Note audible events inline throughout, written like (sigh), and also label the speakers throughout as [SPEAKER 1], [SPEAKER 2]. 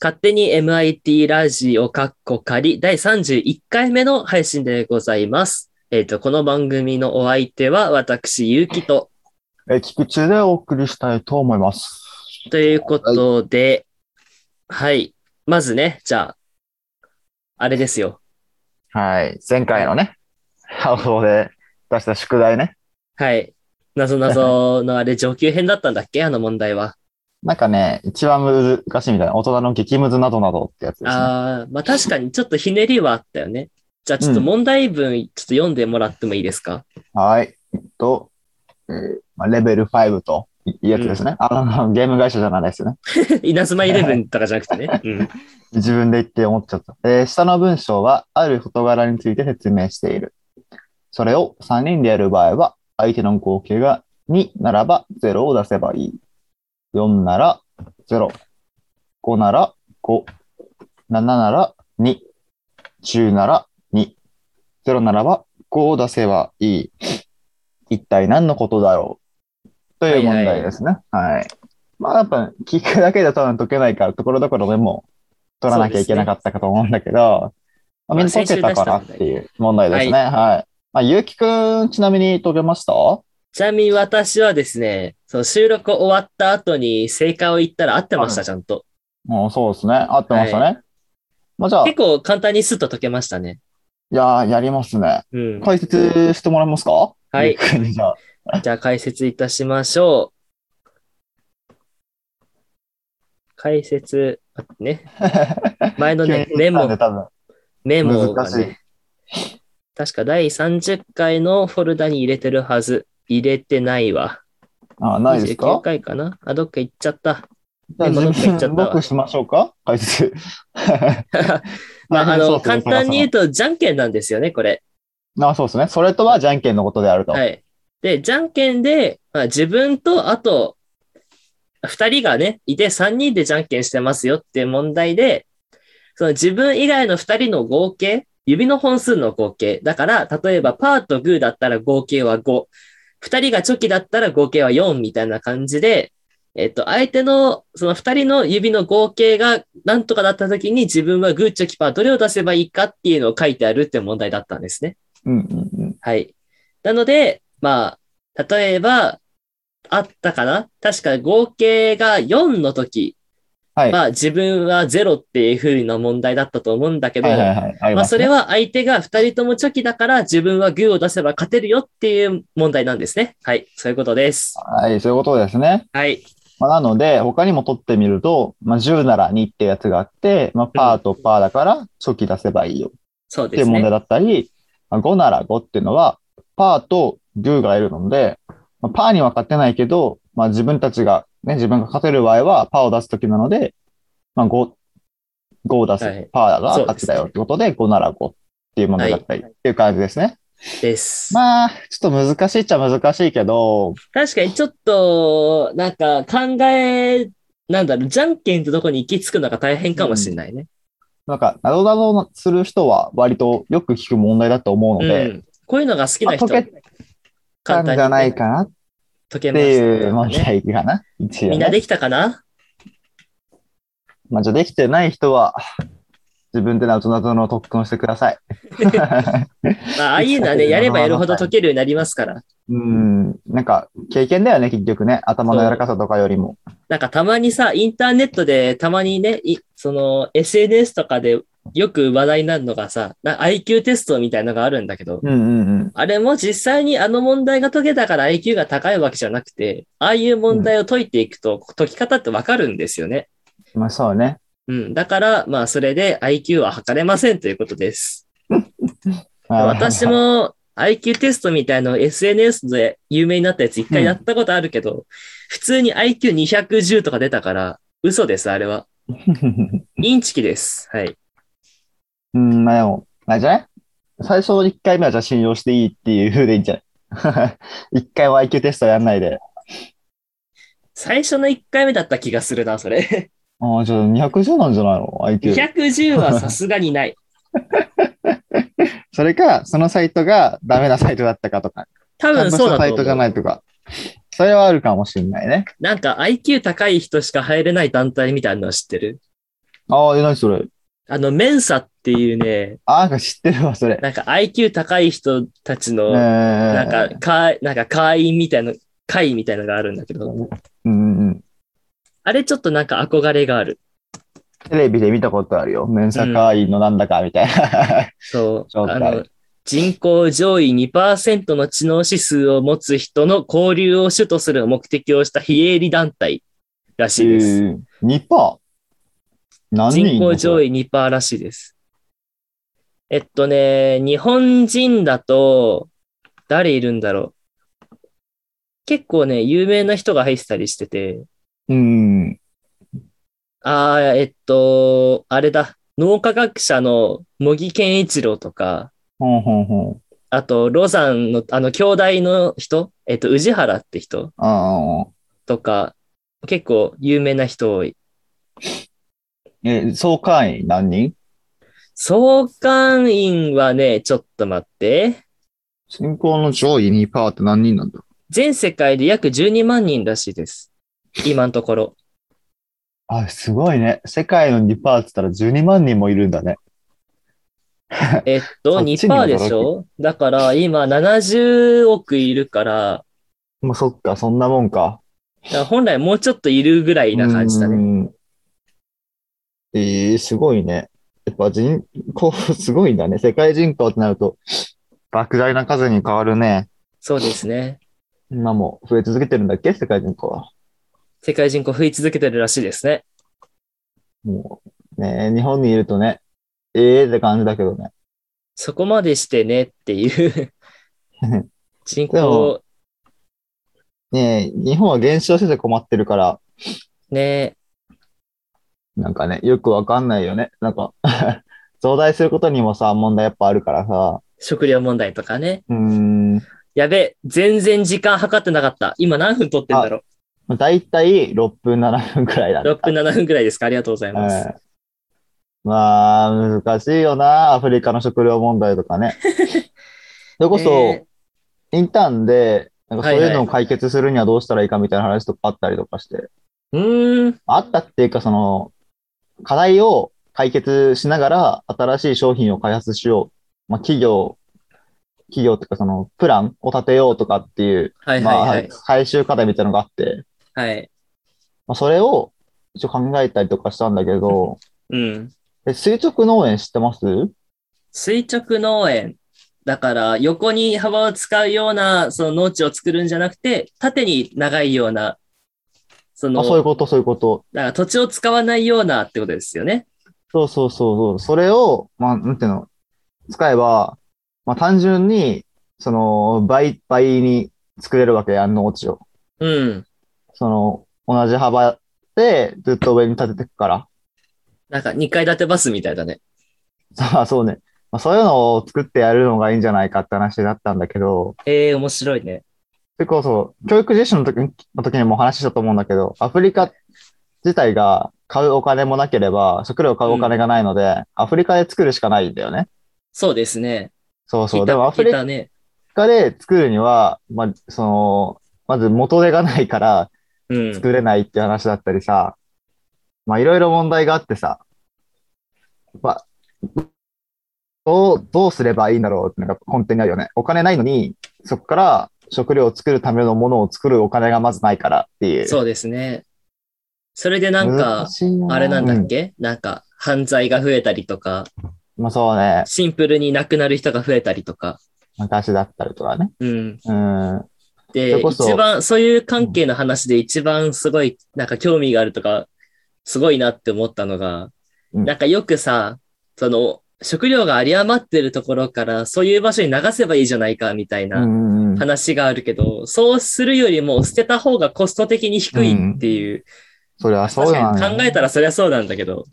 [SPEAKER 1] 勝手に MIT ラジオカッコ仮第31回目の配信でございます。えっ、と、この番組のお相手は私、ゆうきと。
[SPEAKER 2] え、菊池でお送りしたいと思います。
[SPEAKER 1] ということで、はい、まずね、じゃあ、あれですよ。
[SPEAKER 2] はい。前回のね、放送で出した宿題ね。
[SPEAKER 1] はい。なぞなぞのあれ、上級編だったんだっけあの問題は。
[SPEAKER 2] なんかね、一番難しいみたいな、大人の激ムズなどなどってやつですね。
[SPEAKER 1] ああ、まあ確かにちょっとひねりはあったよね。じゃあちょっと問題文、ちょっと読んでもらってもいいです
[SPEAKER 2] (laughs)
[SPEAKER 1] か
[SPEAKER 2] はい。えっと、えーまあ、レベル5というやつですね。あの、ゲーム会社じゃないですね。
[SPEAKER 1] 稲妻イレブンとかじゃなくてね。うん。
[SPEAKER 2] 自分で言って思っちゃった。えー下の文章は、ある事柄について説明している。それを3人でやる場合は、相手の合計が2ならば0を出せばいい。4なら0。5なら5。7なら2。10なら2。0ならば5を出せばいい。一体何のことだろうという問題ですね。はいまあやっぱ聞くだけじゃ多分解けないから、ところどころでも取らなきゃいけなかったかと思うんだけど、まあみんな解けたかなっていう問題ですね。はい。まあ、ゆうきくん、ちなみに解けました
[SPEAKER 1] ちなみに私はですね、その収録終わった後に正解を言ったら合ってました、ちゃんと。
[SPEAKER 2] もうそうですね。合ってましたね。まあじゃあ、
[SPEAKER 1] 結構簡単にスッと解けましたね。
[SPEAKER 2] いやーやりますね。
[SPEAKER 1] うん。
[SPEAKER 2] 解説してもらえますか
[SPEAKER 1] はい
[SPEAKER 2] ゆうきくんにじゃあ
[SPEAKER 1] じゃあ解説いたしましょう。解説、あね。前のね
[SPEAKER 2] (laughs) 急、に
[SPEAKER 1] メ
[SPEAKER 2] 言ったん
[SPEAKER 1] モ
[SPEAKER 2] で、多分
[SPEAKER 1] メモが
[SPEAKER 2] 難しい
[SPEAKER 1] ね、確か第30回のフォルダに入れてるはず。入れてないわ。
[SPEAKER 2] あ、ないです
[SPEAKER 1] 29
[SPEAKER 2] か
[SPEAKER 1] 回かなあ、どっか行っちゃった。
[SPEAKER 2] じゃあ
[SPEAKER 1] メモどっか行っちゃ
[SPEAKER 2] 自
[SPEAKER 1] った
[SPEAKER 2] 分、
[SPEAKER 1] わ
[SPEAKER 2] 僕しましょうか
[SPEAKER 1] (laughs)
[SPEAKER 2] 解説。
[SPEAKER 1] まあ、あ
[SPEAKER 2] そう
[SPEAKER 1] の、
[SPEAKER 2] っすね
[SPEAKER 1] 簡単に言うと、じゃんけんなんですよね、これ。
[SPEAKER 2] あ、そうですね。それとはじゃんけんのことであると。
[SPEAKER 1] はい。で、じゃんけんで、まあ、自分と、あと、二人がね、いて3人でじゃんけんしてますよっていう問題で、その自分以外の2人の合計、指の本数の合計。だから、例えばパーとグーだったら合計は5。2人がチョキだったら合計は4みたいな感じで、えっと、相手の、その2人の指の合計が何とかだった時に自分はグーチョキパーどれを出せばいいかっていうのを書いてあるって問題だったんですね。
[SPEAKER 2] うんうんうん。
[SPEAKER 1] はい。なので、まあ、例えば、あったかな確か合計が4の時
[SPEAKER 2] はい。
[SPEAKER 1] は自分は0っていう風な問題だったと思うんだけど、
[SPEAKER 2] はいはいはい。あり
[SPEAKER 1] まあ
[SPEAKER 2] ます
[SPEAKER 1] そ
[SPEAKER 2] ね
[SPEAKER 1] れは相手が2人ともチョキだから自分はグーを出せば勝てるよっていう問題なんですね。はい、そういうことです。
[SPEAKER 2] はい、そういうことですね。
[SPEAKER 1] はい。
[SPEAKER 2] まあ、なので、他にも取ってみると、まあ、10なら2ってやつがあって、まあ、パーとパーだから、初期出せばいいよ
[SPEAKER 1] そう
[SPEAKER 2] って
[SPEAKER 1] で
[SPEAKER 2] いう
[SPEAKER 1] す
[SPEAKER 2] 問題
[SPEAKER 1] ね。
[SPEAKER 2] だったり、まあ、5なら5っていうのは、パーとグーがいるので、まあ、パーには勝てないけど、まあ、自分たちが、ね、自分が勝てる場合は、パーを出すときなので、まあ、5、5を出す、
[SPEAKER 1] はい
[SPEAKER 2] パーが
[SPEAKER 1] そう
[SPEAKER 2] 勝
[SPEAKER 1] です
[SPEAKER 2] ち
[SPEAKER 1] ね
[SPEAKER 2] だよってことで、5なら5っていう問題だったり、っていう感じですね。
[SPEAKER 1] です。
[SPEAKER 2] まあ、ちょっと難しいっちゃ難しいけど、
[SPEAKER 1] 確かにちょっと、なんか考え、なんだろう、じゃんけんってとこに行き着くのが大変かもしれないね。
[SPEAKER 2] なんか、などなどする人は割とよく聞く問題だと思
[SPEAKER 1] う
[SPEAKER 2] うの
[SPEAKER 1] ん。
[SPEAKER 2] で、
[SPEAKER 1] こういうのが好き
[SPEAKER 2] ま
[SPEAKER 1] な
[SPEAKER 2] あ
[SPEAKER 1] 人、
[SPEAKER 2] 解けた
[SPEAKER 1] 簡単
[SPEAKER 2] ん
[SPEAKER 1] に
[SPEAKER 2] じ
[SPEAKER 1] ね、
[SPEAKER 2] ゃないかなっ
[SPEAKER 1] 解け
[SPEAKER 2] て
[SPEAKER 1] ました
[SPEAKER 2] いう
[SPEAKER 1] ね。
[SPEAKER 2] 問題かな。一応
[SPEAKER 1] みんな
[SPEAKER 2] ね。
[SPEAKER 1] できたかな
[SPEAKER 2] まあ、じゃあできてない人は、自分でなどなどの特訓をしてください。
[SPEAKER 1] (laughs) まあ、ああいうのはね、やればやるほど解けるようになりますから。
[SPEAKER 2] うん、なんか、経験だよね、結局ね。頭の柔らかさとかよりも。
[SPEAKER 1] なんかたまにさ、インターネットでたまにね、いその SNS とかでよく話題になるのがさ、な IQ テストみたいのがあるんだけど、
[SPEAKER 2] うんうんうん。
[SPEAKER 1] あれも実際にあの問題が解けたから IQ が高いわけじゃなくて、ああいう問題を解いていくと、解き方ってわかるんですよね。
[SPEAKER 2] まあそうね。
[SPEAKER 1] うん。だから、まあそれで IQ は測れませんということです。
[SPEAKER 2] はいはいはい
[SPEAKER 1] 私。も IQ テストみたいのを SNS で有名になったやつ一回やったことあるけど、普通に IQ210 とか出たから、嘘です、あれは。インチキです。はい。
[SPEAKER 2] (laughs) うん、まあでも、あれじゃない最初の1回目はじゃあ信用していいっていう風でいいんじゃない (laughs) ?1 回は IQ テストやんないで。
[SPEAKER 1] 最初の1回目だった気がするな、それ。
[SPEAKER 2] ああ、じゃあ210なんじゃないの ?IQ。
[SPEAKER 1] 210はさすがに
[SPEAKER 2] (laughs)
[SPEAKER 1] ない。
[SPEAKER 2] それか、そのサイトがダメなサイトだったかとか、
[SPEAKER 1] 多分そうだ
[SPEAKER 2] サ
[SPEAKER 1] と
[SPEAKER 2] イトじゃ
[SPEAKER 1] 思
[SPEAKER 2] な
[SPEAKER 1] う。
[SPEAKER 2] いとか、それはあるかもしれないね。
[SPEAKER 1] なんか IQ 高い人しか入れない団体みたいなのは知ってる。
[SPEAKER 2] ああ、え、何それ。
[SPEAKER 1] あの、メンサっていうね、
[SPEAKER 2] ああ、なんか知ってるわ、それ。
[SPEAKER 1] なんか IQ 高い人たちの、な
[SPEAKER 2] なん
[SPEAKER 1] か、、か、なんか会員みたいな、会みたいなのがあるんだけど、
[SPEAKER 2] うんうんうん。
[SPEAKER 1] あれちょっとなんか憧れがある。
[SPEAKER 2] テレビで見たことあるよ。メンサ会員のなんだかみたい (laughs) な。
[SPEAKER 1] そう。
[SPEAKER 2] そうか
[SPEAKER 1] あの、人口上位2%の知能指数を持つ人の交流を主とする目的をした非営利団体らしいです。
[SPEAKER 2] えー2%? 何人い
[SPEAKER 1] 人
[SPEAKER 2] んの
[SPEAKER 1] 口上位2%らしいです。えっとね、日本人だと、誰いるんだろう。結構ね、有名な人が入ってたりしてて、
[SPEAKER 2] うん。
[SPEAKER 1] ああ、えっと、あれだ、脳科学者の茂木健一郎とか、
[SPEAKER 2] ほんほんほん。
[SPEAKER 1] あと、ロザンの、あの、兄弟の人、えっと、宇治原って人
[SPEAKER 2] ああ。
[SPEAKER 1] とか、結構有名な人多い。
[SPEAKER 2] え、総会員何人
[SPEAKER 1] 総監員はね、ちょっと待って。
[SPEAKER 2] 人口の上位2%って何人なんだ
[SPEAKER 1] 全世界で約12万人らしいです。今のところ。
[SPEAKER 2] あ、すごいね。世界の2%って言ったら12万人もいるんだね。
[SPEAKER 1] えっと、
[SPEAKER 2] そっちに
[SPEAKER 1] 2%でしょだから今70億いるから、
[SPEAKER 2] まあ、そっか、そんなもんか。
[SPEAKER 1] だから本来もうちょっといるぐらいな感じだね。
[SPEAKER 2] ね。えー、すごいね。やっぱ人 (laughs) 口すごいんだね。世界人口ってなると、莫大な数に変わるね。
[SPEAKER 1] そうですね。
[SPEAKER 2] 今も増え続けてるんだっけ世界人口は。
[SPEAKER 1] 世界人口増え続けてるらしいですね。
[SPEAKER 2] もう、ね日本にいるとね、ええーって感じだけどね。
[SPEAKER 1] そこまでしてねっていう。人口、
[SPEAKER 2] ね日本は減少してて困ってるから、
[SPEAKER 1] ね、
[SPEAKER 2] なんかね、よくわかんないよね。なんか、 (laughs) 増大することにもさ、問題やっぱあるからさ。
[SPEAKER 1] 食料問題とかね。
[SPEAKER 2] うーん。
[SPEAKER 1] やべ、全然時間計ってなかった。今何分撮ってんだろ
[SPEAKER 2] だいたい6分、7分くらいだ
[SPEAKER 1] う。6分、7分くらいですかありがとうございま
[SPEAKER 2] え
[SPEAKER 1] す。
[SPEAKER 2] えまあ、難しいよな、アフリカの食料問題
[SPEAKER 1] (laughs)
[SPEAKER 2] とかね。それこ
[SPEAKER 1] ね
[SPEAKER 2] そ、インターンで、なんかそういう
[SPEAKER 1] はいは
[SPEAKER 2] の
[SPEAKER 1] い
[SPEAKER 2] を解決するにはどうしたらいいかみたいな話とかあったりとかして、
[SPEAKER 1] うーん、
[SPEAKER 2] あったっていうか、その、課題を解決しながら新しい商品を開発しよう。まあ、企業、企業っていうか、その、プランを立てようとかっていう、
[SPEAKER 1] はい
[SPEAKER 2] ま
[SPEAKER 1] はいは
[SPEAKER 2] あ
[SPEAKER 1] い。、
[SPEAKER 2] 最終課題みたいなのがあって、
[SPEAKER 1] はい。
[SPEAKER 2] まあ、それを一応考えたりとかしたんだけど、
[SPEAKER 1] (laughs) うん。
[SPEAKER 2] え、垂直農園知ってます
[SPEAKER 1] 垂直農園。だから、横に幅を使うような、その農地を作るんじゃなくて、縦に長いような、その、
[SPEAKER 2] あ、そういうこと、そういうこと。
[SPEAKER 1] だから土地を使わないようなってことですよね。
[SPEAKER 2] そうそうそうそう。それを、まあ、なんていうの、使えば、まあ、単純に、その、倍、倍に作れるわけやん、農地を。
[SPEAKER 1] うん。
[SPEAKER 2] その、同じ幅で、ずっと上に立てていくから。 (laughs)
[SPEAKER 1] なんか2階建てバスみたいだね。
[SPEAKER 2] さあ、そうね。まあ、そういうのを作ってやるのがいいんじゃないかって話だったんだけど、
[SPEAKER 1] ええ面白いね。
[SPEAKER 2] それこそ、教育実習の時にの時にもお話ししたと思うんだけど、アフリカ自体が買うお金もなければ、食料を買うお金がないので、アフリカで作るしかないんだよね。
[SPEAKER 1] そうですね。
[SPEAKER 2] そうそ
[SPEAKER 1] 聞
[SPEAKER 2] う。
[SPEAKER 1] いた
[SPEAKER 2] でもアフ
[SPEAKER 1] 聞い
[SPEAKER 2] リ
[SPEAKER 1] たね。
[SPEAKER 2] カで作るには、まあ、その、まず元手がないから
[SPEAKER 1] うん。
[SPEAKER 2] 作れないって話だったりさ、まあいろいろ問題があってさ、まあ、どう、どうすればいいんだろうってのが根底にあるよね。お金ないのに、そこから食料を作るためのものを作るお金がまずないからっていう。
[SPEAKER 1] そうですね。それでなんか
[SPEAKER 2] 難、しいな
[SPEAKER 1] あれなんだっ
[SPEAKER 2] う
[SPEAKER 1] け、なんか、犯罪が増えたりとか、
[SPEAKER 2] まあそうね、
[SPEAKER 1] シンプルに亡くなる人が増えたりとか。
[SPEAKER 2] 昔だったりとかね。
[SPEAKER 1] うん。
[SPEAKER 2] うん。そ
[SPEAKER 1] で、
[SPEAKER 2] れこそ
[SPEAKER 1] 一番、そういう関係の話で一番すごい、なんか興味があるとか、すごいなって思ったのが、
[SPEAKER 2] うん
[SPEAKER 1] なんかよくさ、その、食料が有り余ってるところから、そういう場所に流せばいいじゃないか、みたい
[SPEAKER 2] うんう
[SPEAKER 1] なん
[SPEAKER 2] うん。
[SPEAKER 1] 話があるけど、そうするよりも捨てた方がコスト的に低いっていう、
[SPEAKER 2] それはそう
[SPEAKER 1] 確
[SPEAKER 2] な
[SPEAKER 1] か
[SPEAKER 2] ん
[SPEAKER 1] に
[SPEAKER 2] だ、
[SPEAKER 1] 考えたらそりゃそうなんだけど、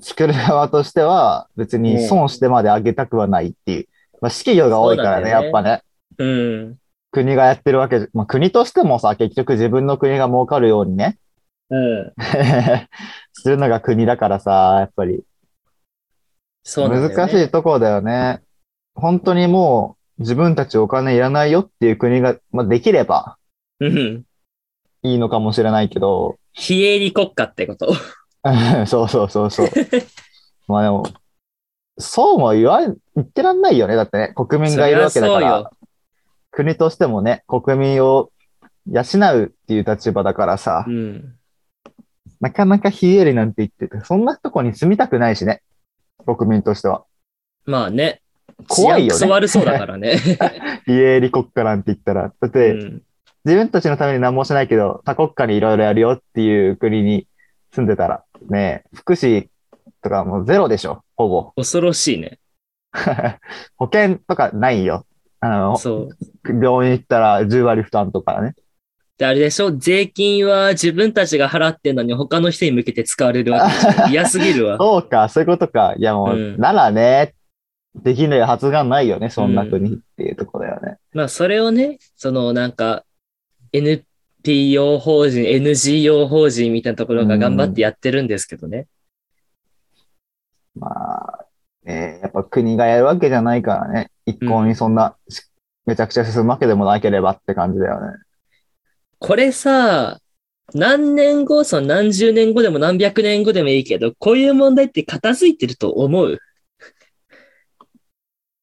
[SPEAKER 2] 作る側としては別に損してまで上げたくはないっていう。まあ、私企業が多いからね、
[SPEAKER 1] そうだよね
[SPEAKER 2] やっぱね。
[SPEAKER 1] うん、
[SPEAKER 2] 国がやってるわけじゃ、まあ、国としてもさ、結局自分の国が儲かるようにね、 (laughs)
[SPEAKER 1] うん、
[SPEAKER 2] するのが国だからさ、やっぱり。
[SPEAKER 1] そうなんだよ、ね。
[SPEAKER 2] 難しいところだよね。本当にもう自分たちお金いらないよっていう国が、まあ、できれば
[SPEAKER 1] うん。
[SPEAKER 2] いいのかもしれないけど、 (laughs)
[SPEAKER 1] 非営利国家ってこと。
[SPEAKER 2] そうそうそう
[SPEAKER 1] (laughs)
[SPEAKER 2] そう。まあでも、そうも言わん、言ってらんないよね。だってね、国民がいるわけだか
[SPEAKER 1] そりゃそう
[SPEAKER 2] ら
[SPEAKER 1] よ、
[SPEAKER 2] 国としてもね、国民を養うっていう立場だからさ、
[SPEAKER 1] うん。
[SPEAKER 2] なかなか非営利なんて言ってて、そんなとこに住みたくないしね、国民としては。
[SPEAKER 1] まあね。
[SPEAKER 2] 怖い
[SPEAKER 1] 治
[SPEAKER 2] よ
[SPEAKER 1] 安クソ
[SPEAKER 2] ね。
[SPEAKER 1] 悪そうだから
[SPEAKER 2] (laughs)
[SPEAKER 1] ね。
[SPEAKER 2] 非営利国家なんて言ったら。だっ
[SPEAKER 1] う
[SPEAKER 2] て、
[SPEAKER 1] ん。
[SPEAKER 2] 自分たちのために何もしないけど、他国家にいろいろやるよっていう国に住んでたら、ねえ、福祉とかもうゼロでしょ、ほぼ。 (laughs)
[SPEAKER 1] 恐ろしいね。
[SPEAKER 2] 保険とかないよ。あの、
[SPEAKER 1] そう。
[SPEAKER 2] 病院行ったら10割負担とかね。
[SPEAKER 1] で、あれでしょ税金は自分たちが払ってんのに他の人に向けて使われるわけでし
[SPEAKER 2] (laughs)
[SPEAKER 1] ょ嫌すぎるわ。
[SPEAKER 2] そうか、そういうことか。いやもう、
[SPEAKER 1] うん
[SPEAKER 2] ならね、できないはずがないよね、そんな国っていうとこだよね。
[SPEAKER 1] まあ、それをね、そのなんか、NPO 法人、NGO 法人みたいなところが頑張ってやってるんですけどね。
[SPEAKER 2] まあ、ねえやっぱ国がやるわけじゃないからね、一向にそんな、しめちゃくちゃ進むわけでもなければって感じだよね。
[SPEAKER 1] これさ、何年後、その何十年後でも何百年後でもいいけど、こういう問題って片付いてると思う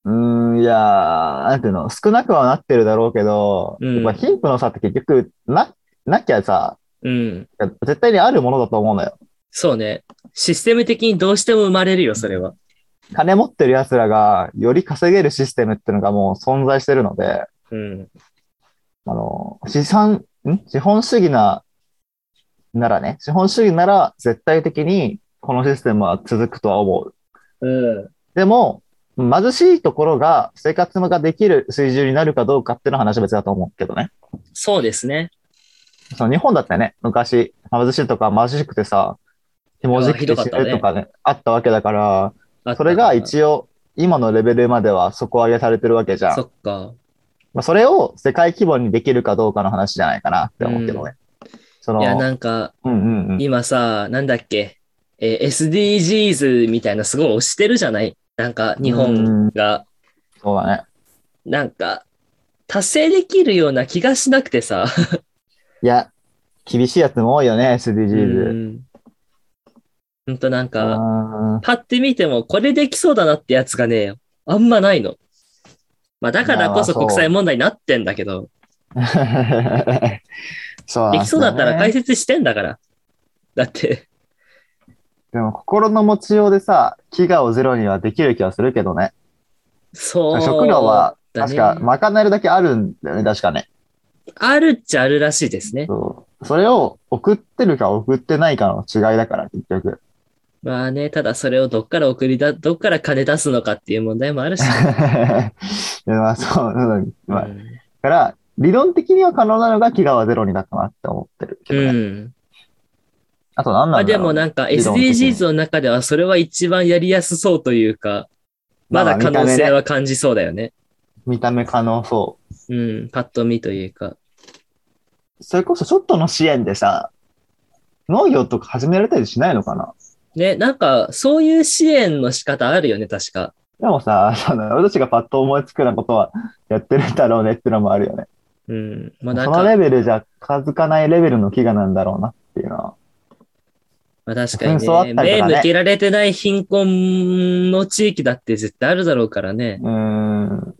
[SPEAKER 2] うーん、いやー、なんていうの、少なくはなってるだろうけど、
[SPEAKER 1] うん
[SPEAKER 2] やっぱ貧富の差って結局、な、なきゃさ、
[SPEAKER 1] うん。
[SPEAKER 2] 絶対にあるものだと思うのよ。
[SPEAKER 1] そうね。システム的にどうしても生まれるよ、それは。
[SPEAKER 2] 金持ってる奴らがより稼げるシステムっていうのがもう存在してるので、
[SPEAKER 1] うん。
[SPEAKER 2] あの、資産、ん資本主義な、ならね、資本主義なら絶対的にこのシステムは続くとは思う。
[SPEAKER 1] うん。
[SPEAKER 2] でも、貧しいところが生活ができる水準になるかどうかっていうのは話は別だと思うけどね。
[SPEAKER 1] そうですね。
[SPEAKER 2] その日本だってね、昔、貧しいとか貧しくてさ、紐じくて死ぬとかね、あったわけだから、
[SPEAKER 1] あった
[SPEAKER 2] それが一応、今のレベルまでは底上げされてるわけじゃん。
[SPEAKER 1] そっか。
[SPEAKER 2] まあ、それを世界規模にできるかどうかの話じゃないかなって思ってもね。その、
[SPEAKER 1] いや、なんか、
[SPEAKER 2] うんうんうん。
[SPEAKER 1] 今さ、なんだっけ、えー SDGs みたいなすごい推してるじゃないなんか、日本が、
[SPEAKER 2] そうだね。
[SPEAKER 1] なんか、達成できるような気がしなくてさ。
[SPEAKER 2] いや、厳しいやつも多いよね、
[SPEAKER 1] う
[SPEAKER 2] SDGs。
[SPEAKER 1] ん。ほんとなん
[SPEAKER 2] う
[SPEAKER 1] か、
[SPEAKER 2] ん、 (laughs)
[SPEAKER 1] パッて見ても、これできそうだなってやつがね、あんまないの。まあ、だからこそ
[SPEAKER 2] まあそう
[SPEAKER 1] 国際問題になってんだけど、できそう
[SPEAKER 2] そうなんですよね
[SPEAKER 1] だったら解説してんだから。だって、 (laughs)
[SPEAKER 2] でも心の持ちようでさ、飢餓をゼロにはできる気はするけどね。
[SPEAKER 1] そう。
[SPEAKER 2] 食料は
[SPEAKER 1] だね
[SPEAKER 2] 確か賄えるだけあるんだよね、確かね。
[SPEAKER 1] あるっちゃあるらしいですね。
[SPEAKER 2] そうそれを送ってるか送ってないかの違いだから、結局。 (laughs)
[SPEAKER 1] まあね、ただそれをどっから送りだ、どっから金出すのかっていう問題もあるし。
[SPEAKER 2] でまあ、そう、うん (laughs) まあ、
[SPEAKER 1] う
[SPEAKER 2] だ
[SPEAKER 1] ん
[SPEAKER 2] から、理論的には可能なのが飢餓はゼロになったなって思ってるけどね。
[SPEAKER 1] うん。
[SPEAKER 2] あと
[SPEAKER 1] ま
[SPEAKER 2] 何な
[SPEAKER 1] あ
[SPEAKER 2] んだ
[SPEAKER 1] で
[SPEAKER 2] ろう、
[SPEAKER 1] もなんか
[SPEAKER 2] 理論的に
[SPEAKER 1] SDGs の中ではそれは一番やりやすそうというか、まだ可能性
[SPEAKER 2] まあ
[SPEAKER 1] は感じそうだよね。
[SPEAKER 2] 見た目ね見た目可能そ
[SPEAKER 1] うん、パッと見というか。
[SPEAKER 2] う。それこそちょっとの支援でさ、農業とか始められたりしないのかな
[SPEAKER 1] ね、なんかそういう支援の仕方あるよね、確か。
[SPEAKER 2] でもさ、その私がパッと思いつくようなことはやってるんだろうねってのもあるよね。
[SPEAKER 1] うん。まあ
[SPEAKER 2] そ
[SPEAKER 1] なん
[SPEAKER 2] の
[SPEAKER 1] か、
[SPEAKER 2] レベルじゃ近づかないレベルの飢餓なんだろうなっていうのは。
[SPEAKER 1] まあ確かに
[SPEAKER 2] 紛争あった
[SPEAKER 1] ね、
[SPEAKER 2] りとかね
[SPEAKER 1] 目向けられてない貧困の地域だって絶対あるだろうからね。
[SPEAKER 2] うーん。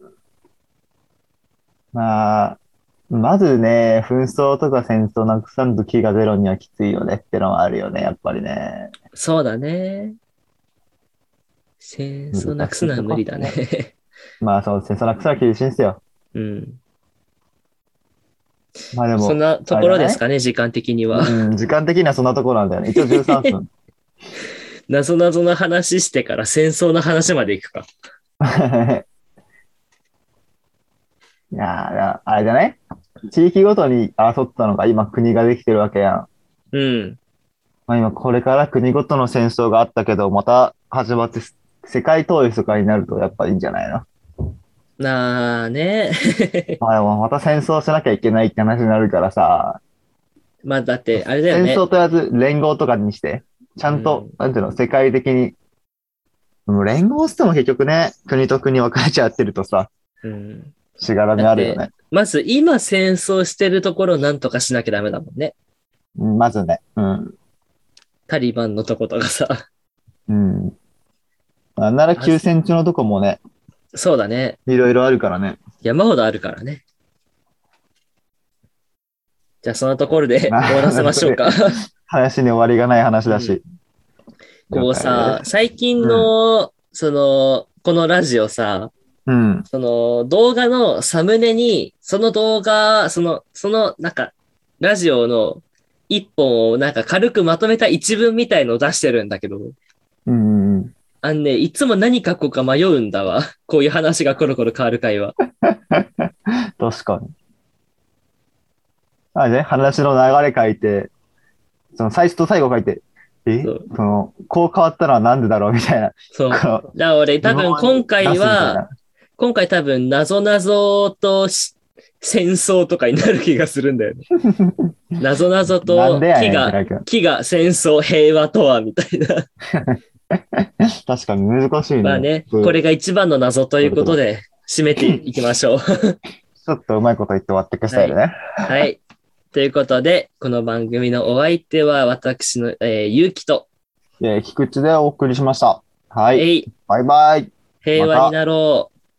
[SPEAKER 2] まあ、まずね、紛争とか戦争なくさんと飢餓ゼロにはきついよねってのはあるよね、やっぱりね。
[SPEAKER 1] そうだね。戦争なくすのは無理だね。
[SPEAKER 2] まあそう、戦争なくすのは厳しいんですよ。
[SPEAKER 1] (laughs) うん。
[SPEAKER 2] まあでも、
[SPEAKER 1] そんなところですかね、時間的には。
[SPEAKER 2] うん、時間的にはそんなところなんだよね。一応13分。
[SPEAKER 1] なぞなぞの話してから戦争の話まで行くか。
[SPEAKER 2] (laughs) いやーあれじゃない地域ごとに争ったのが今国ができてるわけやん。
[SPEAKER 1] うん。
[SPEAKER 2] まあ、今これから国ごとの戦争があったけど、また始まって世界統一とかになるとやっぱいいんじゃないの
[SPEAKER 1] なあね。
[SPEAKER 2] まあでもまた戦争しなきゃいけないって話になるからさ、
[SPEAKER 1] まあだって、あれだよ
[SPEAKER 2] 戦
[SPEAKER 1] ね。
[SPEAKER 2] 争とやず連合とかにして、ちゃんと、なんていうの、世界的に、もう連合しても結局ね、国と国分かれちゃってるとさ、
[SPEAKER 1] うん、
[SPEAKER 2] しがらみあるよね。
[SPEAKER 1] まず今戦争してるところをなんとかしなきゃダメだもんね。
[SPEAKER 2] うんまずね。うん。
[SPEAKER 1] タリバンのとことかさ。 (laughs)
[SPEAKER 2] うん。なんなら休戦中のとこもね、
[SPEAKER 1] そうだね。
[SPEAKER 2] いろいろあるからね。
[SPEAKER 1] 山ほどあるからね。じゃあ、そのところで終
[SPEAKER 2] な
[SPEAKER 1] わらせましょ (laughs) うか。
[SPEAKER 2] 話に終わりがない話だし。
[SPEAKER 1] こうさ、最近の、その、このラジオさ、
[SPEAKER 2] うん。
[SPEAKER 1] その動画のサムネに、その動画、その、その、なんか、ラジオの一本をなんか軽くまとめた一文みたいのを出してるんだけど、
[SPEAKER 2] うんうん。
[SPEAKER 1] あのね、いつも何書こうか迷うんだわ。こういう話がコロコロ変わる会は。
[SPEAKER 2] 確かに。あれね、話の流れ書いて、その最初と最後書いて、え
[SPEAKER 1] そう
[SPEAKER 2] その、こう変わったのはなんでだろうみたいな。
[SPEAKER 1] そう。だか
[SPEAKER 2] こう
[SPEAKER 1] ら俺多分今回
[SPEAKER 2] 出すみたい
[SPEAKER 1] は、
[SPEAKER 2] な
[SPEAKER 1] 今回多分、謎謎とし戦争とかになる気がするんだ
[SPEAKER 2] (laughs)
[SPEAKER 1] よね。謎謎
[SPEAKER 2] な
[SPEAKER 1] と
[SPEAKER 2] んでや
[SPEAKER 1] 木
[SPEAKER 2] ねんって
[SPEAKER 1] が、
[SPEAKER 2] なるけど
[SPEAKER 1] 木が戦争、平和とは、みたいな。
[SPEAKER 2] 確かに難しいね。
[SPEAKER 1] まあね、
[SPEAKER 2] そう
[SPEAKER 1] これが一番の謎ということで、締めていきま
[SPEAKER 2] (laughs)
[SPEAKER 1] しょう。
[SPEAKER 2] ちょっとうまいこと言って終わってくスタイルね。
[SPEAKER 1] はい。ということで、この番組のお相手は、私の、えー、ゆうきと、
[SPEAKER 2] えー菊池でお送りしました。はい。
[SPEAKER 1] えい、
[SPEAKER 2] バイバイ。
[SPEAKER 1] 平和になろう。